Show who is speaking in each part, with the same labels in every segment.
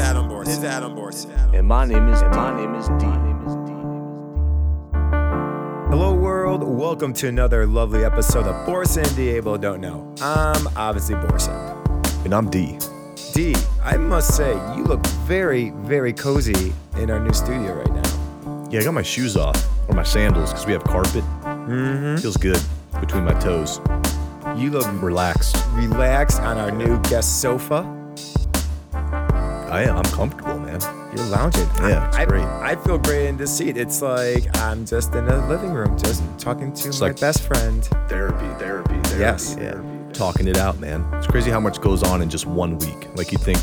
Speaker 1: Adam Borse. This Adam Borse.
Speaker 2: And my name is. And my name is D.
Speaker 3: Hello, world. Welcome to another lovely episode of Boris and Diablo Don't Know. I'm obviously Boris.
Speaker 4: And I'm D.
Speaker 3: D, I must say, you look very, very cozy in our new studio right now.
Speaker 4: Yeah, I got my shoes off or my sandals because we have carpet. Feels good between my toes.
Speaker 3: You look
Speaker 4: Relaxed.
Speaker 3: relaxed on our new guest sofa.
Speaker 4: I am. I'm comfortable, man.
Speaker 3: You're lounging.
Speaker 4: Yeah, it's
Speaker 3: I,
Speaker 4: great.
Speaker 3: I feel great in this seat. It's like I'm just in a living room, just talking to my
Speaker 4: like-
Speaker 3: best friend.
Speaker 5: Therapy, therapy, therapy.
Speaker 3: Yes.
Speaker 4: Yeah.
Speaker 5: therapy.
Speaker 4: Talking it out, man. It's crazy how much goes on in just one week. Like you'd think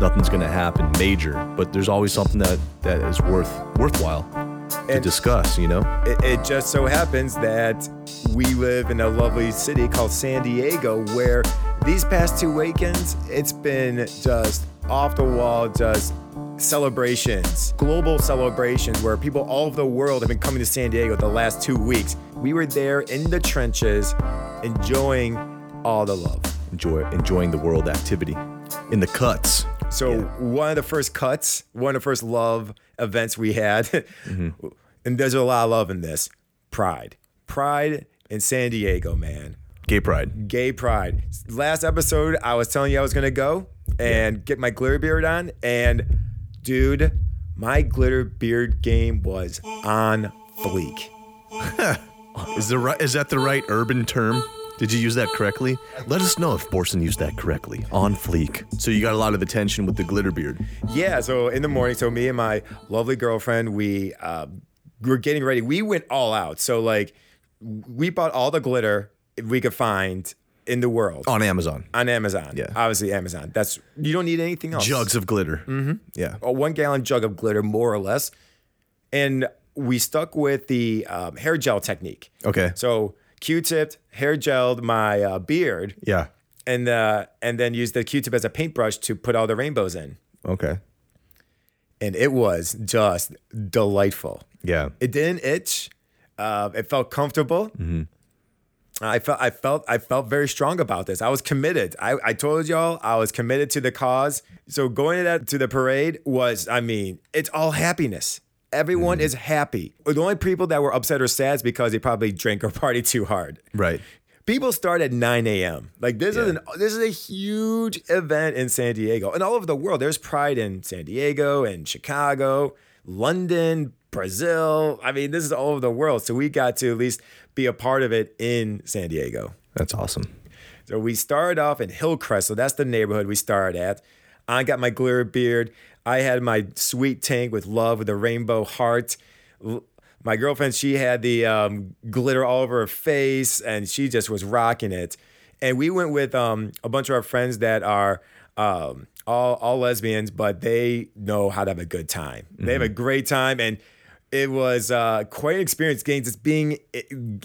Speaker 4: nothing's gonna happen major, but there's always something that that is worth worthwhile to
Speaker 3: And-
Speaker 4: discuss. You know?
Speaker 3: It, it just so happens that we live in a lovely city called San Diego, where these past two weekends, it's been just off the wall, just celebrations, global celebrations, where people all over the world have been coming to San Diego the last two weeks. We were there in the trenches, enjoying all the love.
Speaker 4: Enjoy enjoying the world activity in the cuts.
Speaker 3: So one of the first cuts, one of the first love events we had, and there's a lot of love in this. Pride, pride in San Diego, man.
Speaker 4: Gay pride.
Speaker 3: Gay pride. Last episode, I was telling you I was gonna go and get my glitter beard on, and dude, my glitter beard game was on fleek.
Speaker 4: Is the right? Is that the right urban term? Did you use that correctly? Let us know if Borson used that correctly. On fleek. So you got a lot of attention with the glitter beard.
Speaker 3: Yeah, so in the morning, so me and my lovely girlfriend, we uh, were getting ready. We went all out. So like, we bought all the glitter we could find in the world
Speaker 4: on Amazon.
Speaker 3: on Amazon.
Speaker 4: Yeah.
Speaker 3: obviously Amazon. That's you don't need anything else.
Speaker 4: Jugs of glitter. Mm-hmm. Yeah.
Speaker 3: a one gallon jug of glitter, more or less, and we stuck with the um, hair gel technique.
Speaker 4: Okay.
Speaker 3: So Q-tipped, hair gelled my uh, beard,
Speaker 4: yeah.
Speaker 3: and uh, and then used the Q-tip as a paintbrush to put all the rainbows in,
Speaker 4: Okay.
Speaker 3: and it was just delightful.
Speaker 4: Yeah.
Speaker 3: It didn't itch. Uh, it felt comfortable. I felt I felt I felt very strong about this. I was committed. I, I told y'all I was committed to the cause. So going to that to the parade was, I mean, it's all happiness. Everyone is happy. The only people that were upset or sad is because they probably drank or party too hard.
Speaker 4: right.
Speaker 3: People start at 9 a.m. Like this is an this is a huge event in San Diego and all over the world. There's pride in San Diego and Chicago, London, Brazil. I mean, this is all over the world. So we got to at least be a part of it in San Diego.
Speaker 4: That's awesome.
Speaker 3: So we started off in Hillcrest. So that's the neighborhood we started at. I got my glitter beard. I had my sweet tank with love with a rainbow heart. L- My girlfriend, she had the um, glitter all over her face and she just was rocking it. And we went with um, a bunch of our friends that are um, all, all lesbians, but they know how to have a good time. They have a great time. And it was uh, quite an experience getting just being i-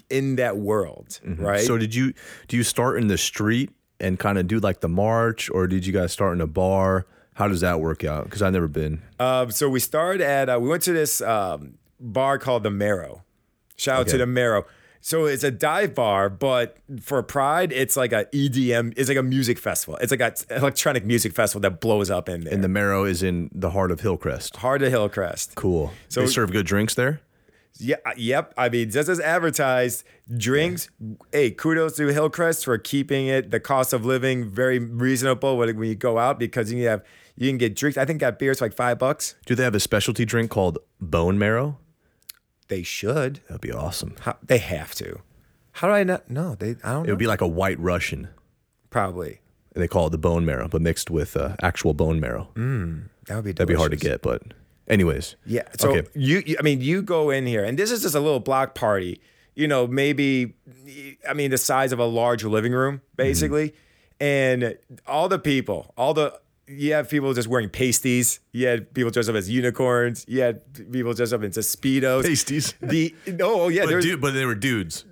Speaker 3: in that world, right?
Speaker 4: So did you do you start in the street and kind of do like the march, or did you guys start in a bar? How does that work out? Because I've never been.
Speaker 3: Um, so we started at uh, we went to this um, bar called the Marrow. Shout out to
Speaker 4: Okay.
Speaker 3: the Marrow. So it's a dive bar, but for Pride, it's like a EDM. It's like a music festival. It's like an electronic music festival that blows up in there.
Speaker 4: and the Marrow is in the heart of Hillcrest.
Speaker 3: Hard to Hillcrest.
Speaker 4: Cool. So they serve good drinks there.
Speaker 3: Yeah, uh, yep. I mean, just as advertised, drinks. Hey, kudos to Hillcrest for keeping it the cost of living very reasonable when when you go out because you can have you can get drinks. I think got beers for like five bucks.
Speaker 4: Do they have a specialty drink called bone marrow?
Speaker 3: They should.
Speaker 4: That'd be awesome.
Speaker 3: How, they have to. How do I not? No, they. I don't.
Speaker 4: It
Speaker 3: know.
Speaker 4: would be like a white Russian.
Speaker 3: probably.
Speaker 4: They call it the bone marrow, but mixed with uh, actual bone marrow.
Speaker 3: That would be.
Speaker 4: That'd be hard to get, but anyways.
Speaker 3: Yeah. So
Speaker 4: Okay.
Speaker 3: you, you, I mean, you go in here, and this is just a little block party. You know, maybe, I mean, the size of a large living room,
Speaker 4: Mm-hmm.
Speaker 3: basically, and all the people, all the. You have people just wearing pasties. You had people dressed up as unicorns. You had people dressed up into speedos.
Speaker 4: Pasties.
Speaker 3: The oh yeah,
Speaker 4: But,
Speaker 3: there's
Speaker 4: dude, but they were dudes.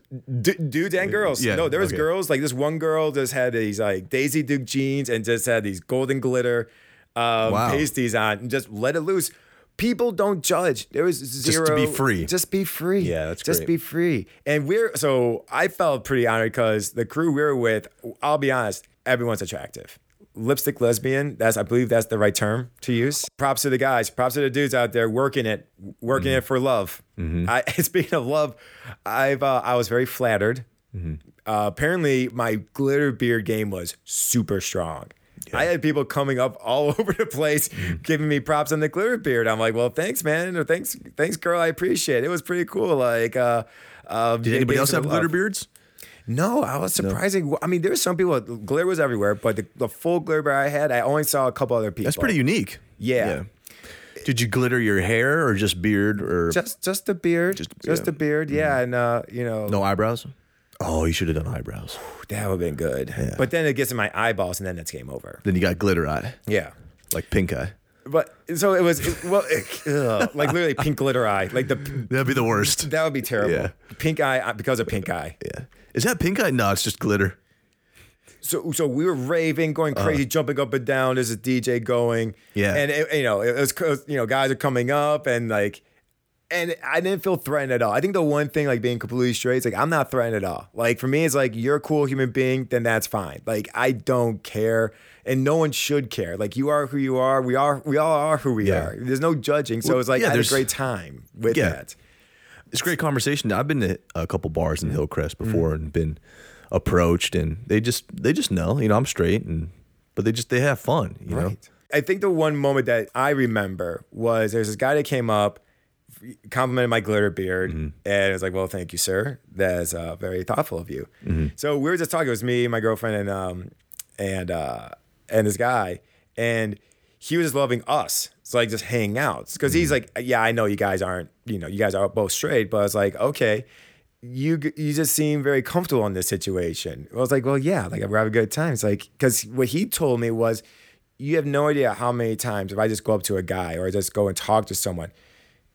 Speaker 3: D- dudes and girls.
Speaker 4: Uh, Yeah,
Speaker 3: no, there was
Speaker 4: okay.
Speaker 3: girls. Like this one girl just had these like Daisy Duke jeans and just had these golden glitter um,
Speaker 4: Wow.
Speaker 3: pasties on and just let it loose. People don't judge. There was zero.
Speaker 4: to be free.
Speaker 3: Just be free.
Speaker 4: Yeah, that's
Speaker 3: Just
Speaker 4: great.
Speaker 3: be free. And we're so I felt pretty honored because the crew we were with. I'll be honest, everyone's attractive. lipstick lesbian. That's I believe that's the right term to use. Props to the guys. Props to the dudes out there working it, working
Speaker 4: Mm-hmm.
Speaker 3: it for love. I, speaking of love, I've uh, I was very flattered. Uh, apparently, my glitter beard game was super strong. I had people coming up all over the place
Speaker 4: Mm.
Speaker 3: giving me props on the glitter beard. I'm like, well, thanks, man, or thanks, thanks, girl. I appreciate it. It was pretty cool. Like, uh, uh,
Speaker 4: Did anybody else have glitter beards?
Speaker 3: no, I was surprising. I mean, there were some people. Glitter was everywhere, but the, the full glitter bear I had, I only saw a couple other people.
Speaker 4: That's pretty unique.
Speaker 3: Yeah.
Speaker 4: Did you glitter your hair or just beard or
Speaker 3: Just, just the beard. Just,
Speaker 4: yeah.
Speaker 3: the beard. Yeah, and uh, you know,
Speaker 4: Mm. no eyebrows? Oh, you should have done eyebrows.
Speaker 3: that would have been good. But then it gets in my eyeballs, and then it's game over.
Speaker 4: Then you got glitter eye,
Speaker 3: Yeah.
Speaker 4: like pink eye.
Speaker 3: But so it was. it- well, it- ugh, like literally pink glitter eye. Like the
Speaker 4: That'd be the worst.
Speaker 3: that would be terrible.
Speaker 4: Yeah.
Speaker 3: Pink eye uh, because of pink eye.
Speaker 4: yeah. Is that pink eye? No, it's just glitter.
Speaker 3: so so we were raving, going crazy, jumping up and down. There's a DJ going,
Speaker 4: Uh. Yeah.
Speaker 3: and it, you know it was it was- you know guys are coming up and like, and I didn't feel threatened at all. I think the one thing like being completely straight, it's like I'm not threatened at all. Like for me, it's like you're a cool human being, then that's fine. Like I don't care, and no one should care. Like you are who you are. We are we all are who we
Speaker 4: Yeah.
Speaker 3: are. There's no judging. So
Speaker 4: Well,
Speaker 3: it's like
Speaker 4: yeah,
Speaker 3: I had a
Speaker 4: there's-
Speaker 3: great time with
Speaker 4: Yeah.
Speaker 3: that.
Speaker 4: It's a great conversation. I've been to a couple bars
Speaker 3: Mm.
Speaker 4: in Hillcrest before and been approached, and they just they just know, you know, I'm straight, and but they just they have fun, you know.
Speaker 3: I think the one moment that I remember was there's this guy that came up, complimented my glitter beard, and was like, "Well, thank you, sir. That's uh, very thoughtful of you." So we were just talking. It was me, my girlfriend, and um, and uh, and this guy, and he was just loving us. So like just hanging out because he's like, "Yeah, I know you guys aren't, you know, you guys are both straight," but I was like, "Okay." you g- you just seem very comfortable in this situation. I was like, well, yeah, like I'm having a good time. It's like because what he told me was, you have no idea how many times if I just go up to a guy or I just go and talk to someone,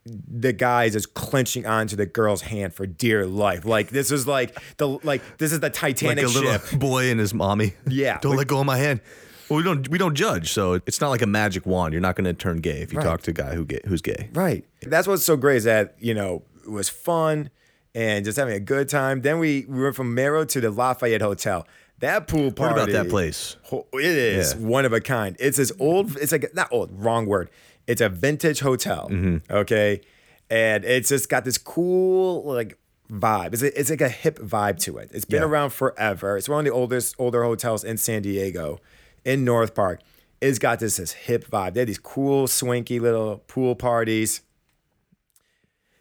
Speaker 3: the guy is just clenching onto the girl's hand for dear life. Like this is like the like this is the
Speaker 4: Like
Speaker 3: Titanic
Speaker 4: a little
Speaker 3: ship.
Speaker 4: boy and his mommy.
Speaker 3: Yeah,
Speaker 4: Don't
Speaker 3: like-
Speaker 4: let go of my hand. Well, we don't we don't judge, so it's not like a magic wand. You're not going to turn gay if you talk to a guy who gay, who's gay.
Speaker 3: Right. That's what's so great is that, you know, it was fun and just having a good time. Then we, we went from Mero to the Lafayette Hotel. That pool party.
Speaker 4: about that place?
Speaker 3: Ho- It is
Speaker 4: Yeah.
Speaker 3: one of a kind. It's this old, it's like, not old, wrong word. It's a vintage hotel.
Speaker 4: Mm-hmm.
Speaker 3: Okay. And it's just got this cool, like, vibe. It's, a, it's like a hip vibe to it. It's been
Speaker 4: Yeah.
Speaker 3: around forever. It's one of the oldest, older hotels in San Diego, in North Park. It's got this, this hip vibe. They had these cool, swanky little pool parties.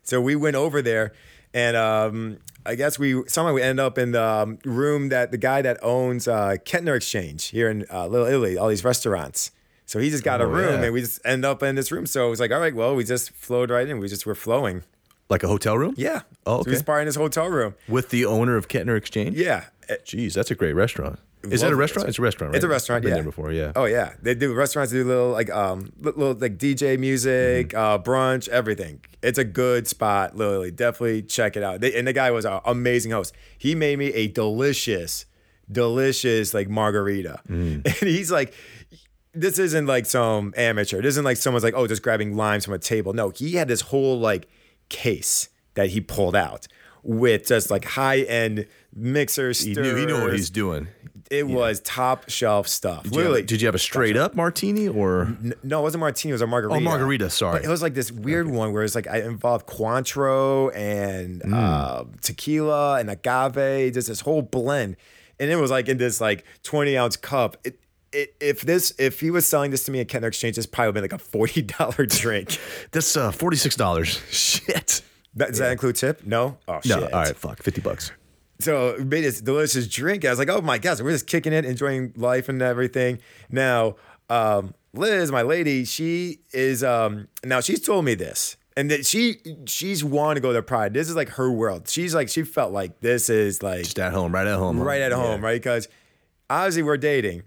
Speaker 3: So we went over there, and um, I guess we somehow we ended up in the um, room that the guy that owns uh, Kettner Exchange here in uh, Little Italy, all these restaurants. So he just got a
Speaker 4: Oh,
Speaker 3: room,
Speaker 4: yeah.
Speaker 3: and we just end up in this room. So it was like, all right, well, we just flowed right in. We just were flowing.
Speaker 4: Like a hotel room?
Speaker 3: Yeah.
Speaker 4: Oh,
Speaker 3: So
Speaker 4: okay.
Speaker 3: we just party in this hotel room.
Speaker 4: With the owner of Kettner Exchange?
Speaker 3: Yeah. It-
Speaker 4: Jeez, that's a great restaurant. Is that
Speaker 3: Love
Speaker 4: a
Speaker 3: it.
Speaker 4: restaurant? It's a restaurant, right?
Speaker 3: It's a restaurant.
Speaker 4: I've been
Speaker 3: yeah.
Speaker 4: there before, yeah.
Speaker 3: Oh yeah, they do restaurants. They do little like um li- little like DJ music,
Speaker 4: Mm-hmm.
Speaker 3: uh, brunch, everything. It's a good spot, literally. Definitely check it out. They, and the guy was an amazing host. He made me a delicious, delicious like margarita,
Speaker 4: Mm.
Speaker 3: and he's like. This isn't like some amateur. This isn't like someone's like, oh, just grabbing limes from a table. No, he had this whole like case that he pulled out with just like high end mixers.
Speaker 4: he, knew, he knew what he's doing.
Speaker 3: It was top shelf stuff.
Speaker 4: Did you have a-
Speaker 3: Literally,
Speaker 4: Did you have a straight up martini or
Speaker 3: N- No, it wasn't martini. It was a margarita.
Speaker 4: Oh, margarita, sorry.
Speaker 3: But it was like this weird one where it's like I involved Cointreau and
Speaker 4: Mm.
Speaker 3: uh, tequila and agave, just this whole blend. And it was like in this like 20 ounce cup. It, it, if this, if he was selling this to me at Kenner Exchange, this probably would have been like a $40 drink.
Speaker 4: That's uh, forty six dollars. Shit.
Speaker 3: That- Does that include tip? No? Oh,
Speaker 4: No,
Speaker 3: shit.
Speaker 4: all right, fuck, fifty bucks.
Speaker 3: so we made this delicious drink. I was like, oh my gosh, we're just kicking it, enjoying life and everything. Now, um, Liz, my lady, she is um, now she's told me this. And that she she's wanting to go to Pride. This is like her world. She's like she felt like this is like
Speaker 4: Just at home, right at home.
Speaker 3: right at home, right? Because obviously we're dating.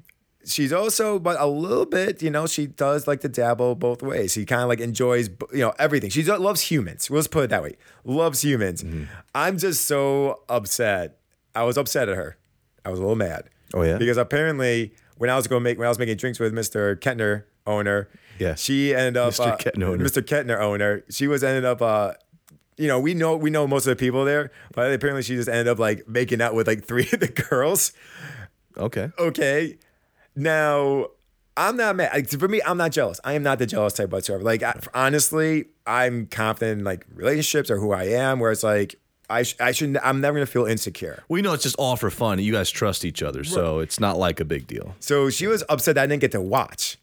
Speaker 3: She's also, but a little bit, you know, she does like to dabble both ways. She kind of like enjoys, you know, everything. She loves humans. Let's put it that way. Loves humans.
Speaker 4: Mm-hmm.
Speaker 3: I'm just so upset. I was upset at her. I was a little mad.
Speaker 4: Oh, yeah?
Speaker 3: Because apparently, when I was going to make when I was making drinks with Mr. Kettner owner,
Speaker 4: Yeah.
Speaker 3: she ended up
Speaker 4: Mr.
Speaker 3: uh,
Speaker 4: Kettner owner.
Speaker 3: Mr. Kettner owner. She was ended up uh you know, we know we know most of the people there, but apparently she just ended up like making out with like three of the girls.
Speaker 4: Okay.
Speaker 3: Okay. Now, I'm not mad. Like, For me, I'm not jealous. I am not the jealous type whatsoever. Like, I, honestly, I'm confident in like relationships or who I am, where it's like, I, sh- I shouldn't, I'm never gonna feel insecure.
Speaker 4: Well, you know, it's just all for fun. You guys trust each other, so it's not like a big deal.
Speaker 3: So she was upset that I didn't get to watch.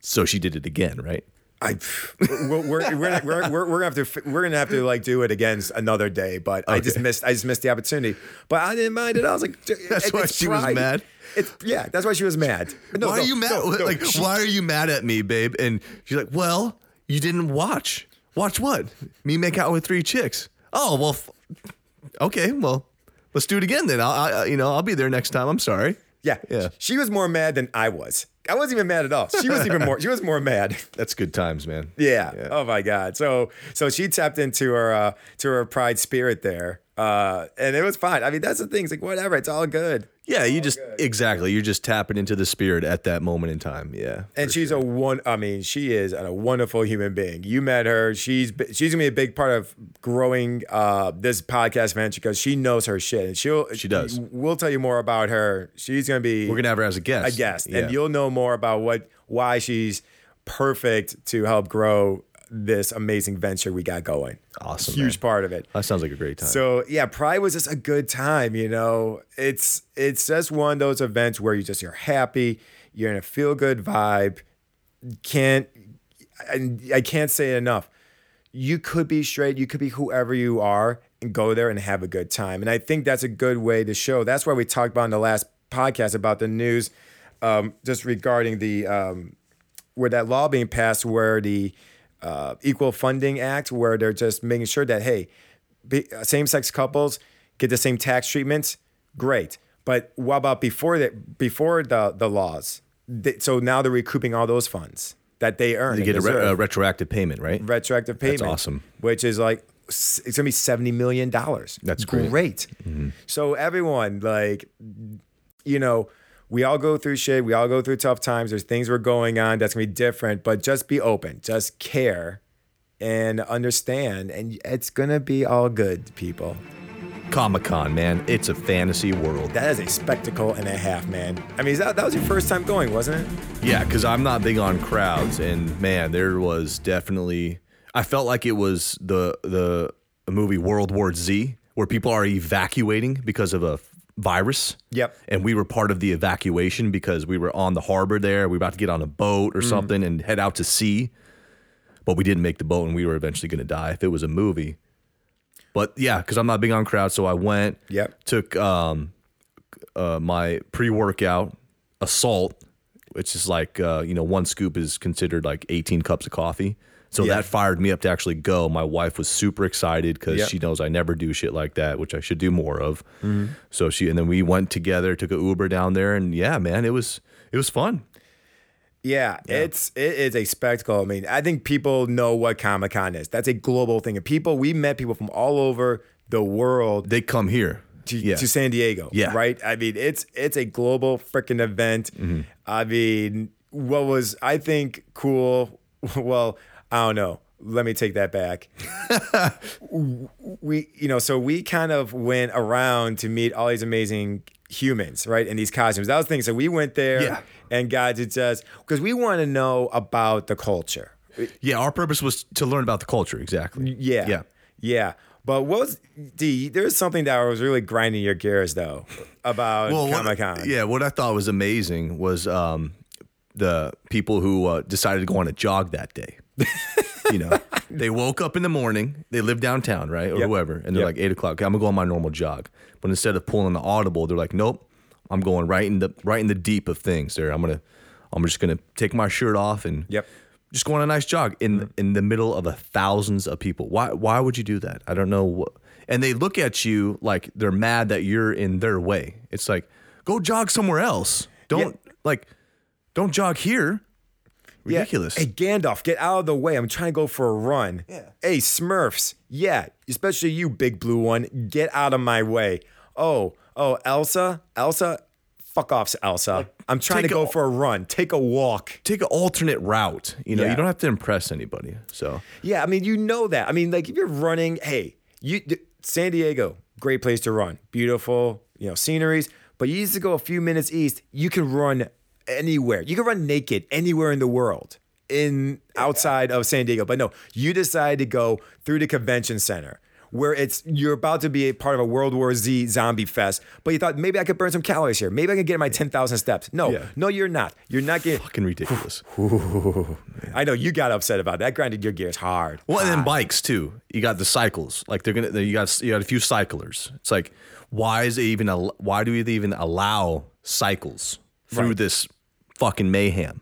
Speaker 4: So she did it again, right?
Speaker 3: I, we're, we're, we're, we're, we're, we're gonna have to fi- we're gonna have to like do it again s- another day. But I just
Speaker 4: Okay.
Speaker 3: missed I just missed the opportunity. But I didn't mind it. I was like, "J-
Speaker 4: That's
Speaker 3: it-
Speaker 4: why
Speaker 3: it's
Speaker 4: she was
Speaker 3: pride."
Speaker 4: mad?
Speaker 3: It's yeah. That's why she was mad. No,
Speaker 4: why
Speaker 3: no,
Speaker 4: are you mad?
Speaker 3: no, no.
Speaker 4: like,
Speaker 3: She-
Speaker 4: why are you mad at me, babe? And she's like, well, you didn't watch. Watch what? Me make out with three chicks. Oh well. F- okay, well, let's do it again then. I'll, I, I- you know, I'll be there next time. I'm sorry.
Speaker 3: yeah,
Speaker 4: Yeah.
Speaker 3: She was more mad than I was. I wasn't even mad at all. She was even more. She was more mad.
Speaker 4: That's good times, man.
Speaker 3: Yeah. Oh my God. So so she tapped into her uh, to her pride spirit there, uh, and it was fine. I mean, that's the thing. It's like whatever. It's all Oh, good.
Speaker 4: Yeah, you just exactly. You're just tapping into the spirit at that moment in time. Yeah.
Speaker 3: and she's a one. I mean, she is a wonderful human being. You met her. She's b- she's gonna be a big part of growing uh, this podcast venture because she knows her shit, and she'll
Speaker 4: She does.
Speaker 3: We'll tell you more about her. She's gonna be
Speaker 4: We're gonna have her as a guest.
Speaker 3: a guest,
Speaker 4: Yeah.
Speaker 3: and you'll know more about what why she's perfect to help grow this amazing venture we got going.
Speaker 4: Awesome,
Speaker 3: huge
Speaker 4: man.
Speaker 3: part of it.
Speaker 4: That sounds like a great time.
Speaker 3: So yeah, Pride was just a good time. You know, it's it's just one of those events where you just you're happy, you're in a feel good vibe. Can't and I can't say it enough. You could be straight, you could be whoever you are, and go there and have a good time. And I think that's a good way to show. That's why we talked about in the last podcast about the news, um, just regarding the um, where that law being passed, where the uh, Equal Funding Act, where they're just making sure that hey, same sex couples get the same tax treatments. Great, but what about before that? Before the the laws, They- so now they're recouping all those funds that they earn.
Speaker 4: you
Speaker 3: and
Speaker 4: get a, re-
Speaker 3: deserve
Speaker 4: a retroactive payment, right?
Speaker 3: retroactive payment.
Speaker 4: awesome.
Speaker 3: Which is like s- it's gonna be seventy million dollars.
Speaker 4: That's great. Mm-hmm.
Speaker 3: So everyone, like, you know, we all go through shit. We all go through tough times. There's things we're going on that's gonna be different, but just be open. Just care. And understand, and it's gonna be all good, people.
Speaker 4: Comic Con, man. It's a fantasy world.
Speaker 3: That is a spectacle and a half, man. I mean, is that, that was your first time going, wasn't it?
Speaker 4: Yeah, because I'm not big on crowds, and man, there was definitely. I felt like it was the the movie World War Z, where people are evacuating because of a virus.
Speaker 3: Yep.
Speaker 4: And we were part of the evacuation because we were on the harbor there. We were about to get on a boat or something and head out to sea, but we didn't make the boat, and we were eventually going to die if it was a movie. But yeah, because I'm not big on crowds, so I went.
Speaker 3: Yep.
Speaker 4: Took um, uh, my pre-workout assault which is like uh, you know one scoop is considered like 18 cups of coffee so
Speaker 3: Yeah.
Speaker 4: that fired me up to actually go my wife was super excited because
Speaker 3: Yep.
Speaker 4: she knows i never do shit like that which i should do more of
Speaker 3: Mm-hmm.
Speaker 4: so she and then we went together took an uber down there and yeah man it was it was fun
Speaker 3: Yeah, it's it is a spectacle. I mean, I think people know what Comic Con is. That's a global thing. And people, we met people from all over the world
Speaker 4: they come here
Speaker 3: to,
Speaker 4: yeah.
Speaker 3: to San Diego.
Speaker 4: Yeah.
Speaker 3: right. I mean, it's it's a global freaking event.
Speaker 4: Mm-hmm.
Speaker 3: I mean, what was I think cool? Well, I don't know. Let me take that back. we you know so we kind of went around to meet all these amazing humans right in these costumes that was the thing so we went there
Speaker 4: Yeah.
Speaker 3: and got to just because we want to know about the culture
Speaker 4: yeah our purpose was to learn about the culture exactly
Speaker 3: yeah
Speaker 4: yeah
Speaker 3: yeah but what was d there's something that was really grinding your gears though about
Speaker 4: what-
Speaker 3: comic-con
Speaker 4: Yeah, what I thought was amazing was um, the people who uh, decided to go on a jog that day. you know, they woke up in the morning. They live downtown, right, or
Speaker 3: Yep.
Speaker 4: whoever, and they're
Speaker 3: Yep.
Speaker 4: like eight o'clock. "Okay, I'm gonna go on my normal jog, but instead of pulling the audible, they're like, nope, I'm going right in the right in the deep of things. There, I'm gonna, I'm just gonna take my shirt off and
Speaker 3: Yep.
Speaker 4: Just go on a nice jog in
Speaker 3: Mm.
Speaker 4: in the middle of a thousands of people. Why why would you do that? I don't know what. And they look at you like they're mad that you're in their way. It's like go jog somewhere else. Don't like don't jog here.
Speaker 3: Yeah.
Speaker 4: Ridiculous.
Speaker 3: Hey, Gandalf, get out of the way. I'm trying to go for a run. Yeah. Hey, Smurfs. Yeah, especially you, big blue one. Get out of my way. Oh, oh, Elsa, Elsa, fuck off, Elsa. I'm trying to
Speaker 4: take
Speaker 3: go
Speaker 4: a-
Speaker 3: for a run. Take a walk.
Speaker 4: Take an alternate route. You know,
Speaker 3: Yeah.
Speaker 4: you don't have to impress anybody. So
Speaker 3: Yeah, I mean, you know that. I mean, like if you're running, hey, you d- San Diego, great place to run. Beautiful, you know, sceneries. But you used to go a few minutes east. You can run anywhere. You can run naked anywhere in the world in outside of San Diego. But no, you decide to go through the convention center where it's you're about to be a part of a World War Z zombie fest, but you thought maybe I could burn some calories here. Maybe I can get my 10,000 steps. No.
Speaker 4: Yeah.
Speaker 3: No, you're not. You're not getting
Speaker 4: Fucking ridiculous.
Speaker 3: I know you got upset about that. That grinded your gears hard.
Speaker 4: Well, and then bikes too. You got the cycles. Like they're gonna. You got you got a few cyclers. It's like why is it even? al- Why do we even allow cycles through this fucking mayhem?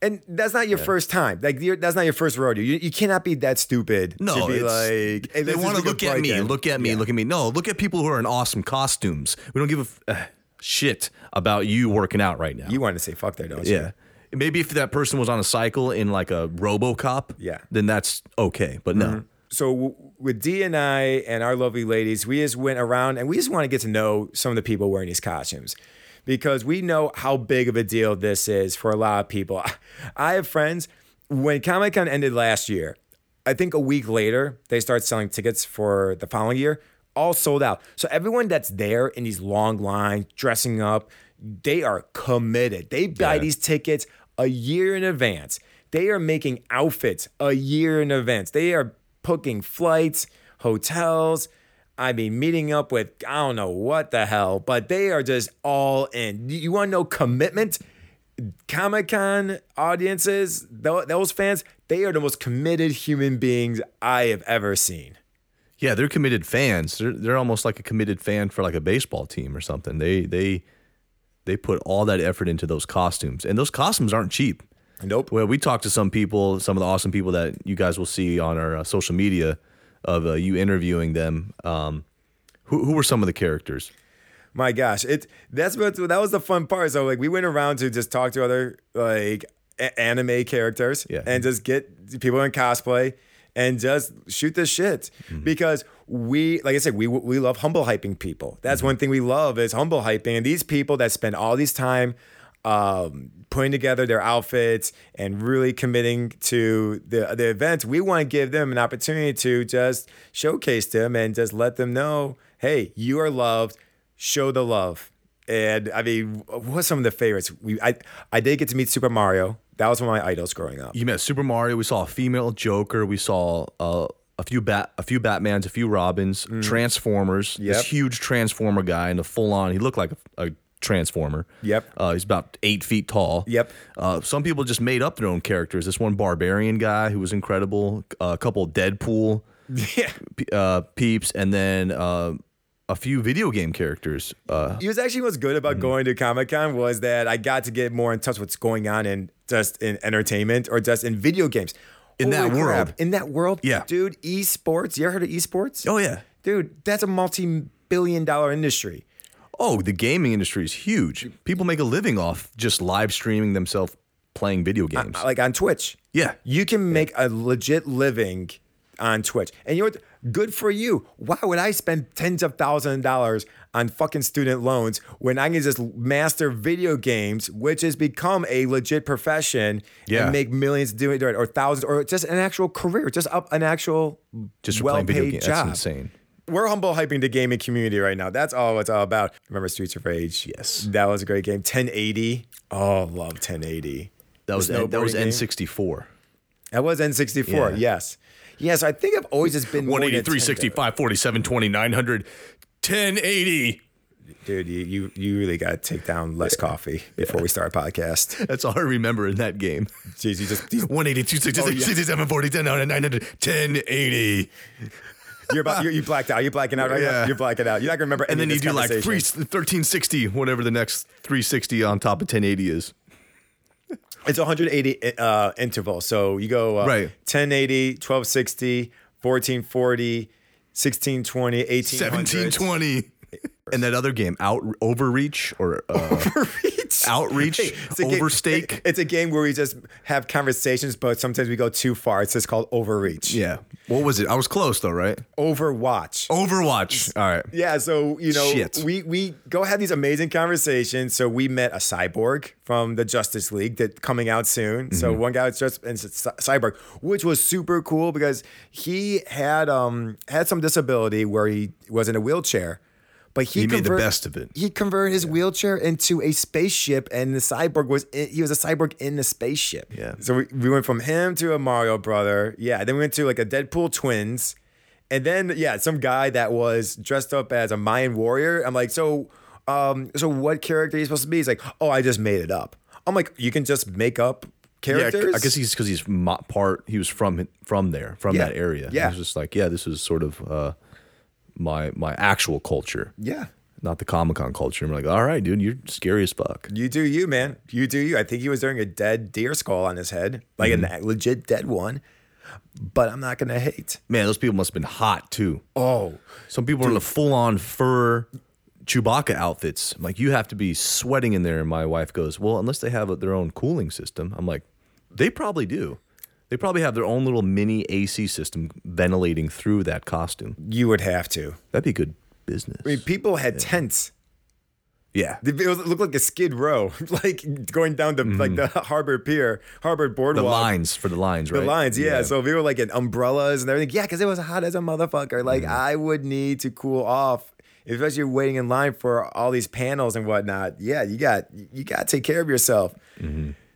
Speaker 3: And that's not your first time. Like you're, that's not your first rodeo. You, you cannot be that stupid.
Speaker 4: No,
Speaker 3: to be
Speaker 4: it's,
Speaker 3: like hey,
Speaker 4: they
Speaker 3: let's
Speaker 4: want
Speaker 3: just
Speaker 4: to
Speaker 3: do a
Speaker 4: look at me,
Speaker 3: break-in.
Speaker 4: look at me, look at me. No, look at people who are in awesome costumes. We don't give a f- uh, shit about you working out right now.
Speaker 3: You want to say fuck there, don't you?
Speaker 4: yeah. Maybe if that person was on a cycle in like a RoboCop,
Speaker 3: Yeah.
Speaker 4: then that's okay. But no,
Speaker 3: so w- with D and I and our lovely ladies, we just went around and we just want to get to know some of the people wearing these costumes because we know how big of a deal this is for a lot of people. I have friends when Comic Con ended last year. I think a week later they start selling tickets for the following year, all sold out. So everyone that's there in these long lines, dressing up, they are committed. They buy
Speaker 4: Yeah.
Speaker 3: these tickets a year in advance. They are making outfits a year in advance. They are booking flights, hotels. I mean, meeting up with I don't know what the hell, but they are just all in. You- You want to know commitment? Comic Con audiences, tho- those fans, they are the most committed human beings I have ever seen.
Speaker 4: yeah, they're committed fans. They're they're almost like a committed fan for like a baseball team or something. They they they put all that effort into those costumes, and those costumes aren't cheap.
Speaker 3: Nope.
Speaker 4: Well, we talked to some people, some of the awesome people that you guys will see on our uh, social media of uh, you interviewing them. Um, who, who were some of the characters?
Speaker 3: My gosh, it that's what that was the fun part. So like we went around to just talk to other like a- anime characters
Speaker 4: Yeah.
Speaker 3: and just get people in cosplay and just shoot the shit because we like I said we we love humble hyping people. That's one thing we love is humble hyping and these people that spend all this time um, putting together their outfits and really committing to the the event, we want to give them an opportunity to just showcase them and just let them know, hey, you are loved. Show the love. And I mean, what's some of the favorites? We I I did get to meet Super Mario. That was one of my idols growing up.
Speaker 4: You met Super Mario. We saw a female Joker. We saw uh, a few bat, a few Batman's, a few Robins, Transformers.
Speaker 3: Mm. Yep.
Speaker 4: This huge Transformer guy in a full on. He looked like a, a Transformer.
Speaker 3: Yep.
Speaker 4: Uh, he's about eight feet tall.
Speaker 3: Yep.
Speaker 4: Uh, some people just made up their own characters. This one barbarian guy who was incredible. uh, a couple Deadpool.
Speaker 3: Yeah.
Speaker 4: pe- uh, peeps, and then uh, a few video game characters. Uh,
Speaker 3: He was actually what's good about going to Comic Con was that I got to get more in touch with what's going on in just in entertainment or just in video games.
Speaker 4: In that
Speaker 3: Holy crap,
Speaker 4: world.
Speaker 3: In that world.
Speaker 4: Yeah.
Speaker 3: Dude, esports. You ever heard of esports?
Speaker 4: oh yeah.
Speaker 3: Dude, that's a multi billion dollar industry.
Speaker 4: Oh, the gaming industry is huge. People make a living off just live streaming themselves playing video games.
Speaker 3: uh, Like on Twitch.
Speaker 4: yeah.
Speaker 3: You can make a legit living on Twitch. And you know what? Good for you. Why would I spend tens of thousands of dollars on fucking student loans when I can just master video games, which has become a legit profession
Speaker 4: Yeah.
Speaker 3: and make millions doing it or thousands or just an actual career, just up an actual
Speaker 4: Just for
Speaker 3: well
Speaker 4: playing video
Speaker 3: paid
Speaker 4: games.
Speaker 3: job.
Speaker 4: That's insane.
Speaker 3: We're humble hyping the gaming community right now. That's all it's all about. Remember Streets of Rage?
Speaker 4: Yes.
Speaker 3: That was a great game. 1080. Oh, love 1080.
Speaker 4: That was
Speaker 3: The
Speaker 4: N- that was
Speaker 3: snowboarding game.
Speaker 4: N64.
Speaker 3: That was N64.
Speaker 4: Yeah.
Speaker 3: Yes. Yes, I think I've always just been more
Speaker 4: 183,
Speaker 3: Nintendo.
Speaker 4: 65, 47, 20, 900, 1080.
Speaker 3: Dude, you, you you really gotta take down less coffee before we start a podcast.
Speaker 4: That's all I remember in that game.
Speaker 3: Jeez, you just these-
Speaker 4: 182, 67, 40, 10, 900, 1080.
Speaker 3: you're about you're, you blacked out. You're blacking out right now.
Speaker 4: Yeah.
Speaker 3: You're blacking out. You're not gonna remember.
Speaker 4: and
Speaker 3: any
Speaker 4: then you
Speaker 3: of this
Speaker 4: do like three,
Speaker 3: conversation.
Speaker 4: 1360, whatever the next 360 on top of 1080 is.
Speaker 3: It's 180 uh, interval. So you go uh,
Speaker 4: Right.
Speaker 3: 1080, 1260, 1440, 1620, 1800.
Speaker 4: 1720. And that other game, out overreach or uh,
Speaker 3: Overreach.
Speaker 4: outreach,
Speaker 3: a game-
Speaker 4: overstake.
Speaker 3: it- it's a game where we just have conversations, but sometimes we go too far. It's just called overreach.
Speaker 4: yeah. What was it? I was close though, right?
Speaker 3: Overwatch.
Speaker 4: Overwatch. All right.
Speaker 3: Yeah, so you know,
Speaker 4: Shit.
Speaker 3: we we go have these amazing conversations. So we met a cyborg from the Justice League that coming out soon. So
Speaker 4: Mm-hmm.
Speaker 3: one guy was just and it's a cy- cyborg, which was super cool because he had um had some disability where he was in a wheelchair, But he,
Speaker 4: He made the
Speaker 3: convert-
Speaker 4: best of it.
Speaker 3: He converted his wheelchair into a spaceship, and the cyborg was in, he was a cyborg in the spaceship.
Speaker 4: Yeah.
Speaker 3: So we, we went from him to a Mario brother. Yeah. Then we went to like a Deadpool twins, and then yeah, some guy that was dressed up as a Mayan warrior. I'm like, so, um, so what character are you supposed to be? He's like, oh, I just made it up. I'm like, you can just make up characters.
Speaker 4: Yeah, I guess he's because he's mo- part. He was from from there, from
Speaker 3: Yeah.
Speaker 4: that area.
Speaker 3: Yeah.
Speaker 4: he was just like, yeah, this is sort of uh, my my actual culture,
Speaker 3: Yeah.
Speaker 4: not the Comic Con culture. I'm like, all right, dude, you're scary as fuck.
Speaker 3: You do you, man. You do you. I think he was wearing a dead deer skull on his head, like
Speaker 4: Mm-hmm.
Speaker 3: a legit dead one. But I'm not gonna hate.
Speaker 4: Man, those people must have been hot too.
Speaker 3: Oh,
Speaker 4: Some people are in the full on fur Chewbacca outfits. I'm like, you have to be sweating in there. And my wife goes, well, unless they have their own cooling system. I'm like, they probably do. They probably have their own little mini AC system ventilating through that costume.
Speaker 3: you would have to.
Speaker 4: That'd be good business.
Speaker 3: I mean, people had tents.
Speaker 4: yeah.
Speaker 3: It was- it looked like a skid row, like going down to like the harbor pier, harbor
Speaker 4: The
Speaker 3: boardwalk.
Speaker 4: lines for the lines, right?
Speaker 3: The lines, yeah. So we were like in umbrellas and everything. Yeah, because it was hot as a motherfucker. Like I would need to cool off, especially waiting in line for all these panels and whatnot. Yeah, you got you got to take care of yourself.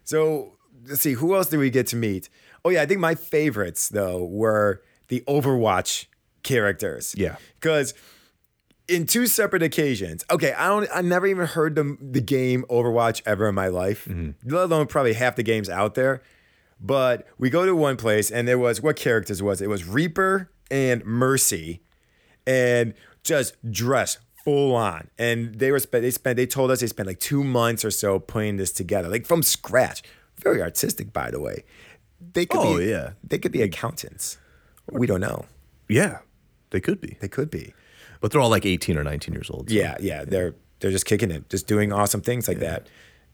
Speaker 3: So let's see, who else did we get to meet? Oh yeah, I think my favorites though were the Overwatch characters.
Speaker 4: Yeah.
Speaker 3: because in two separate occasions. Okay, I don't. I never even heard the the game Overwatch ever in my life, let alone probably half the games out there. But we go to one place, and there was what characters was it? it was Reaper and Mercy, and just dress full on. And they were spent. They spent. They told us they spent like two months or so putting this together, like from scratch. Very artistic, by the way. They could
Speaker 4: Oh,
Speaker 3: be,
Speaker 4: yeah.
Speaker 3: They could be accountants. We don't know.
Speaker 4: Yeah. They could be.
Speaker 3: They could be.
Speaker 4: But they're all like 18 or 19 years old. so-
Speaker 3: Yeah, yeah, they're they're just kicking it, just doing awesome things like that.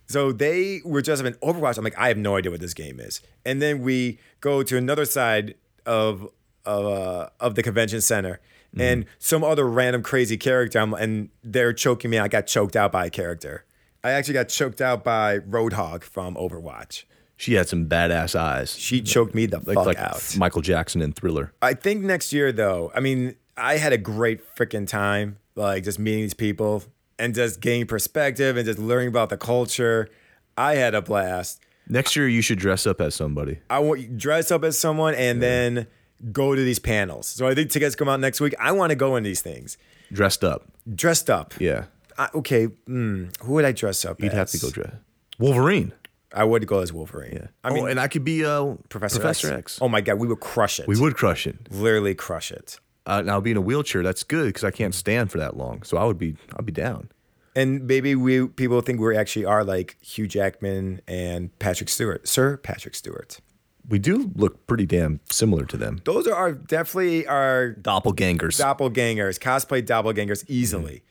Speaker 3: So they were just in Overwatch. I'm like, I have no idea what this game is. And then we go to another side of of, uh, of the convention center,
Speaker 4: Mm-hmm.
Speaker 3: and some other random crazy character. I'm, and they're choking me. I got choked out by a character. I actually got choked out by Roadhog from Overwatch.
Speaker 4: She had some badass eyes.
Speaker 3: She choked me the
Speaker 4: Like,
Speaker 3: fuck
Speaker 4: like
Speaker 3: out.
Speaker 4: Michael Jackson in Thriller.
Speaker 3: I think next year though, I mean, I had a great freaking time, like just meeting these people and just gaining perspective and just learning about the culture. I had a blast.
Speaker 4: Next year, you should dress up as somebody.
Speaker 3: I want you dress up as someone and then go to these panels. So I think tickets come out next week. I want to go in these things
Speaker 4: Dressed up.
Speaker 3: dressed up.
Speaker 4: Yeah.
Speaker 3: I, okay, mm, who would I dress up?
Speaker 4: You'd
Speaker 3: as?
Speaker 4: have to go dress. Wolverine.
Speaker 3: I would go as Wolverine.
Speaker 4: Yeah.
Speaker 3: I mean
Speaker 4: oh, and I could be uh,
Speaker 3: Professor, X.
Speaker 4: X.
Speaker 3: Oh my god, we would crush it.
Speaker 4: We would crush it.
Speaker 3: literally crush it.
Speaker 4: Uh, and I'll be in a wheelchair. That's good because I can't stand for that long. So I would be, I'd be down.
Speaker 3: And maybe we people think we actually are like Hugh Jackman and Patrick Stewart, Sir Patrick Stewart.
Speaker 4: We do look pretty damn similar to them.
Speaker 3: Those are our, definitely our
Speaker 4: Doppelgangers.
Speaker 3: doppelgangers, cosplay doppelgangers, easily.
Speaker 4: Mm-hmm.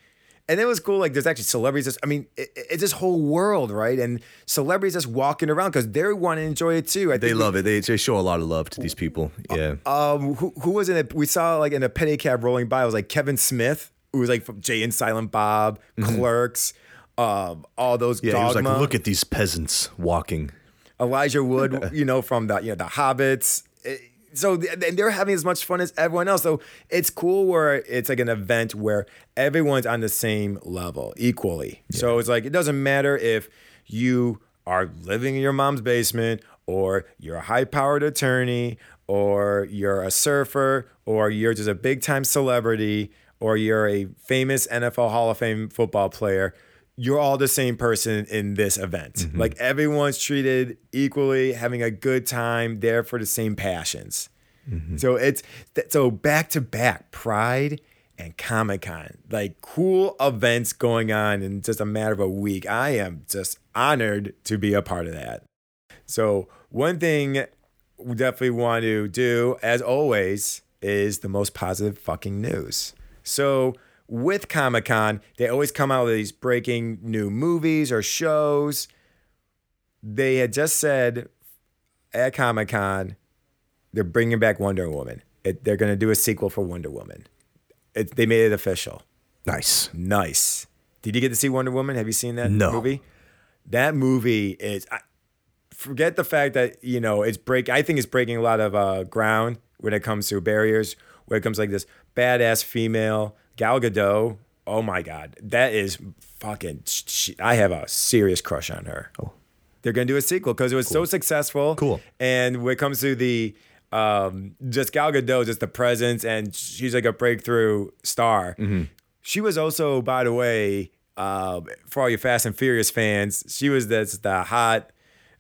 Speaker 3: And it was cool. Like there's actually celebrities. Just, I mean, it, it's this whole world, right? And celebrities just walking around because they want to enjoy it too. I
Speaker 4: they
Speaker 3: think
Speaker 4: love it. They, they show a lot of love to these people. Yeah.
Speaker 3: Um, who, who was in it? We saw like in a penny cab rolling by. It was like Kevin Smith, who was like from Jay and Silent Bob, Clerks, um, all those.
Speaker 4: Mm-hmm. yeah. He was
Speaker 3: Dogma.
Speaker 4: like, look at these peasants walking.
Speaker 3: Elijah Wood, you know, from the you know the Hobbits. Eh, So th- and they're having as much fun as everyone else. So it's cool where it's like an event where everyone's on the same level equally. So it's like it doesn't matter if you are living in your mom's basement or you're a high-powered attorney or you're a surfer or you're just a big-time celebrity or you're a famous NFL Hall of Fame football player you're all the same person in this event. Like everyone's treated equally, having a good time, there for the same passions. So it's th- so back to back Pride and Comic Con, like cool events going on in just a matter of a week. I am just honored to be a part of that. So one thing we definitely want to do, as always, is the most positive fucking news. So with Comic Con, they always come out with these breaking new movies or shows. They had just said at Comic Con they're bringing back Wonder Woman. It, they're going to do a sequel for Wonder Woman. It, they made it official.
Speaker 4: Nice.
Speaker 3: Nice. Did you get to see Wonder Woman? Have you seen that
Speaker 4: No.
Speaker 3: movie? That movie is. I, forget the fact that you know it's break. I think it's breaking a lot of uh, ground when it comes to barriers. When it comes like this badass female Gal Gadot, Oh my God, that is fucking. She, I have a serious crush on her. Oh. They're gonna do a sequel because it was so successful.
Speaker 4: Cool.
Speaker 3: And when it comes to the, um, just Gal Gadot, just the presence, and she's like a breakthrough star. She was also, by the way, uh, for all you Fast and Furious fans, she was this the hot,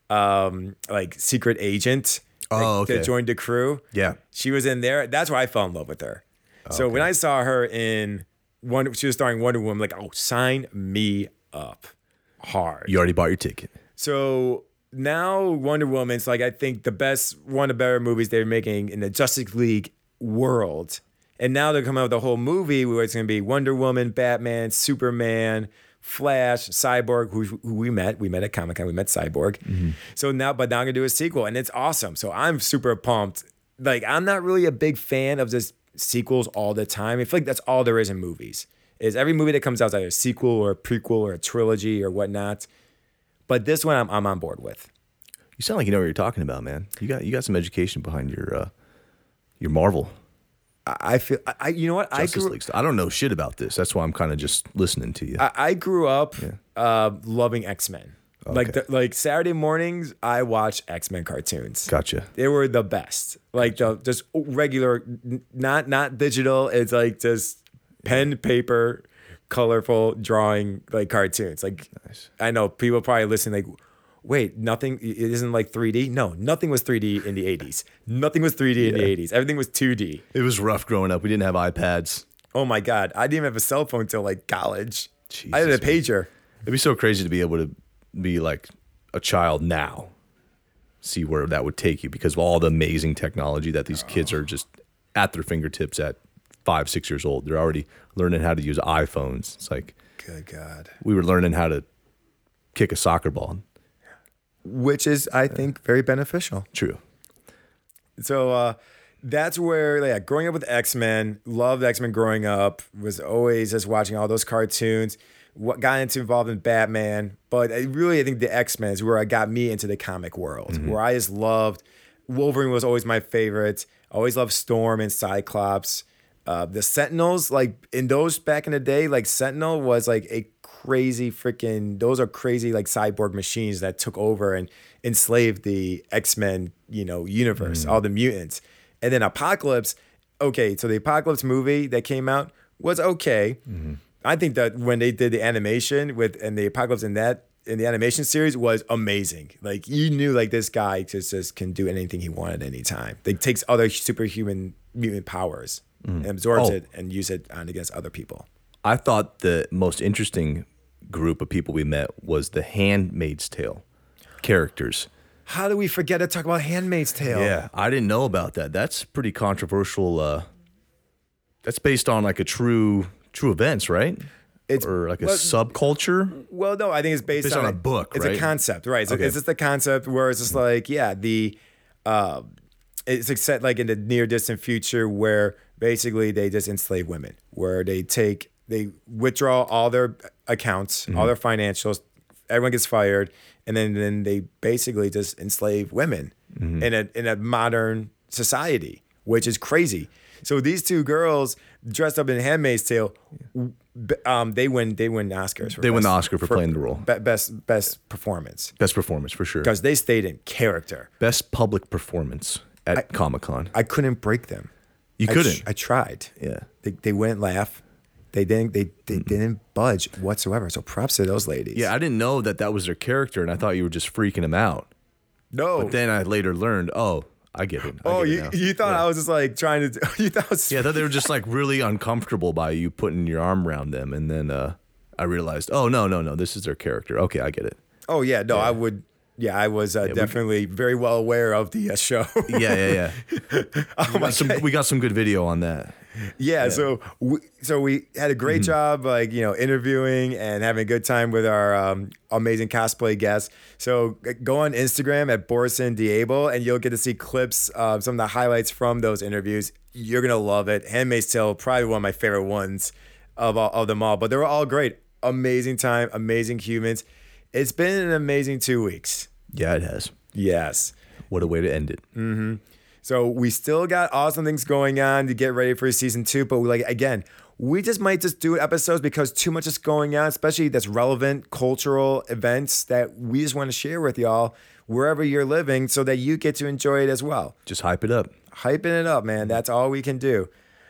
Speaker 3: um, like secret agent.
Speaker 4: Oh,
Speaker 3: that- that
Speaker 4: okay.
Speaker 3: joined the crew.
Speaker 4: Yeah.
Speaker 3: She was in there. That's where I fell in love with her. So when I saw her in one, she was starring Wonder Woman. Like, oh, sign me up, hard.
Speaker 4: You already bought your ticket.
Speaker 3: So now Wonder Woman's like I think the best, one of the better movies they're making in the Justice League world. And now they're coming out with a whole movie where it's going to be Wonder Woman, Batman, Superman, Flash, Cyborg, who, who we met. We met at Comic Con. We met Cyborg. So now, but now I'm going to do a sequel, and it's awesome. So I'm super pumped. Like I'm not really a big fan of just sequels all the time. I feel like that's all there is in movies. Is every movie that comes out is either a sequel or a prequel or a trilogy or whatnot but this one I'm, I'm on board with.
Speaker 4: You sound like you know what you're talking about, man. You got you got some education behind your uh, your Marvel
Speaker 3: I, I feel I- I you know what
Speaker 4: Justice
Speaker 3: I grew,
Speaker 4: League stuff. I don't know shit about this. That's why I'm kind of just listening to you.
Speaker 3: I, I grew up uh, loving X Men. Like the,
Speaker 4: Okay.
Speaker 3: like Saturday mornings I watch X Men cartoons.
Speaker 4: gotcha.
Speaker 3: They were the best. Like the just regular, n- not not digital. It's like just pen paper, colorful drawing like cartoons. Like I know people probably listen like. Wait, nothing it isn't like 3D? No, nothing was 3D in the 80s. Nothing was 3D in the 80s. Everything was 2D.
Speaker 4: It was rough growing up. We didn't have iPads.
Speaker 3: Oh my God. I didn't even have a cell phone till like college. I had a
Speaker 4: Jesus, man.
Speaker 3: pager.
Speaker 4: It'd be so crazy to be able to be like a child now. See where that would take you because of all the amazing technology that these kids are just at their fingertips at five, six years old. They're already learning how to use iPhones. It's like
Speaker 3: Good God.
Speaker 4: we were learning how to kick a soccer ball.
Speaker 3: Which is, I think, very beneficial.
Speaker 4: True.
Speaker 3: So uh, that's where, yeah, growing up with X Men, loved X Men growing up, was always just watching all those cartoons. What got into involved in Batman, but I really, I think the X Men is where I got me into the comic world, where I just loved Wolverine was always my favorite. I always loved Storm and Cyclops. Uh, the Sentinels, like in those back in the day, like Sentinel was like a crazy freaking. Those are crazy like cyborg machines that took over and enslaved the X Men, you know, universe, all the mutants, and then Apocalypse. Okay, so the Apocalypse movie that came out was okay.
Speaker 4: Mm-hmm.
Speaker 3: I think that when they did the animation with and the Apocalypse in that in the animation series was amazing. Like you knew like this guy just, just can do anything he wanted anytime. Like takes other superhuman mutant powers and absorbs
Speaker 4: Oh.
Speaker 3: it and use it on against other people.
Speaker 4: I thought the most interesting group of people we met was the Handmaid's Tale characters.
Speaker 3: How do we forget to talk about Handmaid's Tale?
Speaker 4: Yeah, I didn't know about that. That's pretty controversial. Uh, that's based on like a true true events, right?
Speaker 3: It's-
Speaker 4: or like a
Speaker 3: well-
Speaker 4: subculture.
Speaker 3: Well, no, I think it's based,
Speaker 4: Based on a book,
Speaker 3: It's
Speaker 4: right?
Speaker 3: a concept, right? So
Speaker 4: Okay.
Speaker 3: It's just the concept where it's just like, yeah, the uh, it's like set like in the near distant future where basically they just enslave women, where they take they withdraw all their accounts,
Speaker 4: Mm-hmm.
Speaker 3: all their financials, everyone gets fired, and then then they basically just enslave women
Speaker 4: Mm-hmm.
Speaker 3: in a in a modern society, which is crazy. So these two girls dressed up in Handmaid's Tale, w- b- um, they win they win Oscars. For
Speaker 4: They win the
Speaker 3: best-
Speaker 4: Oscar for playing the role.
Speaker 3: be- best best performance
Speaker 4: Best performance for sure.
Speaker 3: because they stayed in character.
Speaker 4: Best public performance at Comic Con.
Speaker 3: I couldn't break them.
Speaker 4: You
Speaker 3: I
Speaker 4: couldn't.
Speaker 3: tr- I tried.
Speaker 4: Yeah.
Speaker 3: They, they wouldn't laugh. They didn't. They, they didn't budge whatsoever. So props to those ladies.
Speaker 4: yeah, I didn't know that that was their character, and I thought you were just freaking them out.
Speaker 3: No.
Speaker 4: Then I later learned, oh, I get it. I
Speaker 3: oh,
Speaker 4: get it
Speaker 3: you,
Speaker 4: now.
Speaker 3: you thought I was just like trying to. do- You thought I was,
Speaker 4: Yeah, I thought they were just like really uncomfortable by you putting your arm around them, and then uh, I realized, oh no, no, no, this is their character. Okay, I get it.
Speaker 3: Oh yeah. No, I would. Yeah, I was uh, definitely very well aware of the uh, show.
Speaker 4: Yeah, yeah, yeah. we, got some, we got some good video on that.
Speaker 3: yeah, so we, so we had a great job, like you know, interviewing and having a good time with our um, amazing cosplay guests. So g- go on Instagram at Borison Diable, and you'll get to see clips of some of the highlights from those interviews. You're gonna love it. Handmaid's Tale, probably one of my favorite ones of all, of them all. But they were all great, amazing time, amazing humans. It's been an amazing two weeks.
Speaker 4: Yeah, it has.
Speaker 3: Yes.
Speaker 4: What a way to end it.
Speaker 3: So we still got awesome things going on to get ready for season two, but we, like again, We just might just do episodes because too much is going on, especially that's relevant cultural events that we just want to share with y'all wherever you're living so that you get to enjoy it as well
Speaker 4: Just hype it up.
Speaker 3: hyping it up, man. That's all we can do.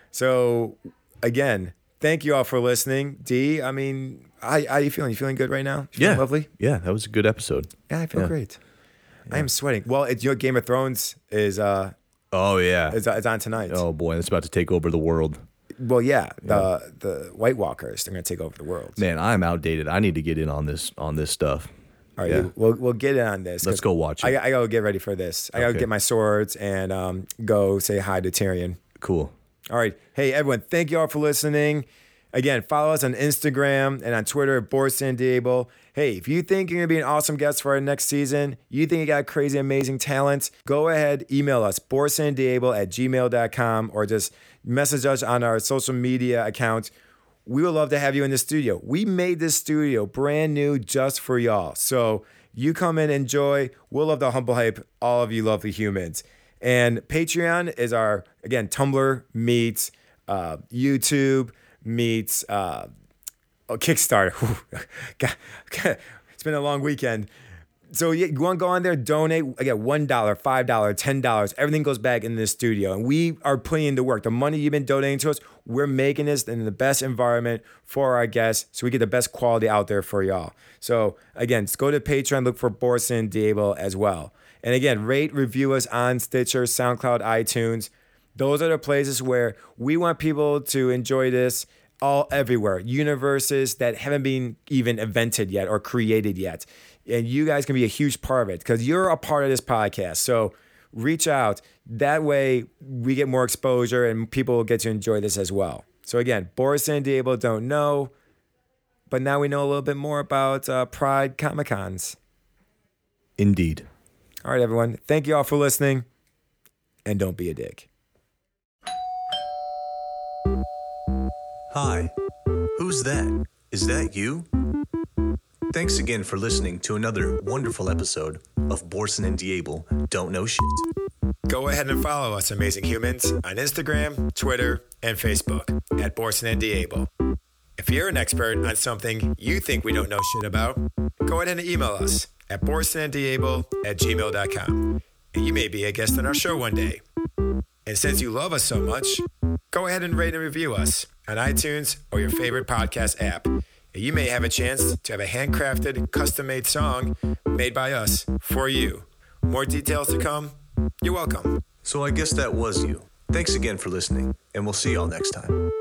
Speaker 3: So, again, thank you all for listening. D, I mean, how, how you feeling? You feeling good right now? You feeling
Speaker 4: Yeah.
Speaker 3: lovely.
Speaker 4: Yeah, that was a good episode.
Speaker 3: Yeah, I feel great. I am sweating. Well, it's your Game of Thrones is uh
Speaker 4: Oh yeah.
Speaker 3: is, is on tonight.
Speaker 4: oh boy, it's about to take over the world.
Speaker 3: Well, yeah, the the White Walkers they're gonna take over the world.
Speaker 4: Man, I'm outdated. I need to get in on this on this stuff.
Speaker 3: All right,
Speaker 4: yeah.
Speaker 3: we'll we'll get in on this.
Speaker 4: Let's
Speaker 3: 'cause
Speaker 4: go watch it.
Speaker 3: I, I gotta get ready for this. I gotta
Speaker 4: Okay.
Speaker 3: get my swords and um go say hi to Tyrion.
Speaker 4: Cool.
Speaker 3: All right. Hey, everyone, thank you all for listening. Again, follow us on Instagram and on Twitter at Boris San Diego. Hey, if you think you're going to be an awesome guest for our next season, you think you got crazy, amazing talents, go ahead, email us, borissandiego at gmail.com, or just message us on our social media accounts. We would love to have you in the studio. We made this studio brand new just for y'all. So you come in, enjoy. We'll love the humble hype, all of you lovely humans. And Patreon is our, again, Tumblr meets uh, YouTube meets uh, oh, Kickstarter. Whew. God, God, it's been a long weekend. So you, you want to go on there, donate. Again, one dollar, five dollar, ten dollars. Everything goes back into this studio, and we are putting in the work. The money you've been donating to us, we're making this in the best environment for our guests, so we get the best quality out there for y'all. So again, just go to Patreon, look for Boris and Diable as well. And again, rate, review us on Stitcher, SoundCloud, iTunes. Those are the places where we want people to enjoy this all everywhere. Universes that haven't been even invented yet or created yet. And you guys can be a huge part of it because you're a part of this podcast. So reach out. That way we get more exposure and people will get to enjoy this as well. So again, Boris and Diego don't know, but now we know a little bit more about uh, Pride Comic Cons.
Speaker 4: Indeed.
Speaker 3: All right, everyone. Thank you all for listening and don't be a dick.
Speaker 4: Hi. Who's that? Is that you? Thanks again for listening to another wonderful episode of Borson and Diable Don't Know Shit.
Speaker 3: Go ahead and follow us, amazing humans, on Instagram, Twitter, and Facebook at Borson and Diable. If you're an expert on something you think we don't know shit about, go ahead and email us at borsonanddiable at gmail.com. And you may be a guest on our show one day. And since you love us so much, go ahead and rate and review us on iTunes or your favorite podcast app. And you may have a chance to have a handcrafted, custom made song made by us for you. More details to come. You're welcome.
Speaker 4: So I guess that was you. Thanks again for listening, and we'll see y'all next time.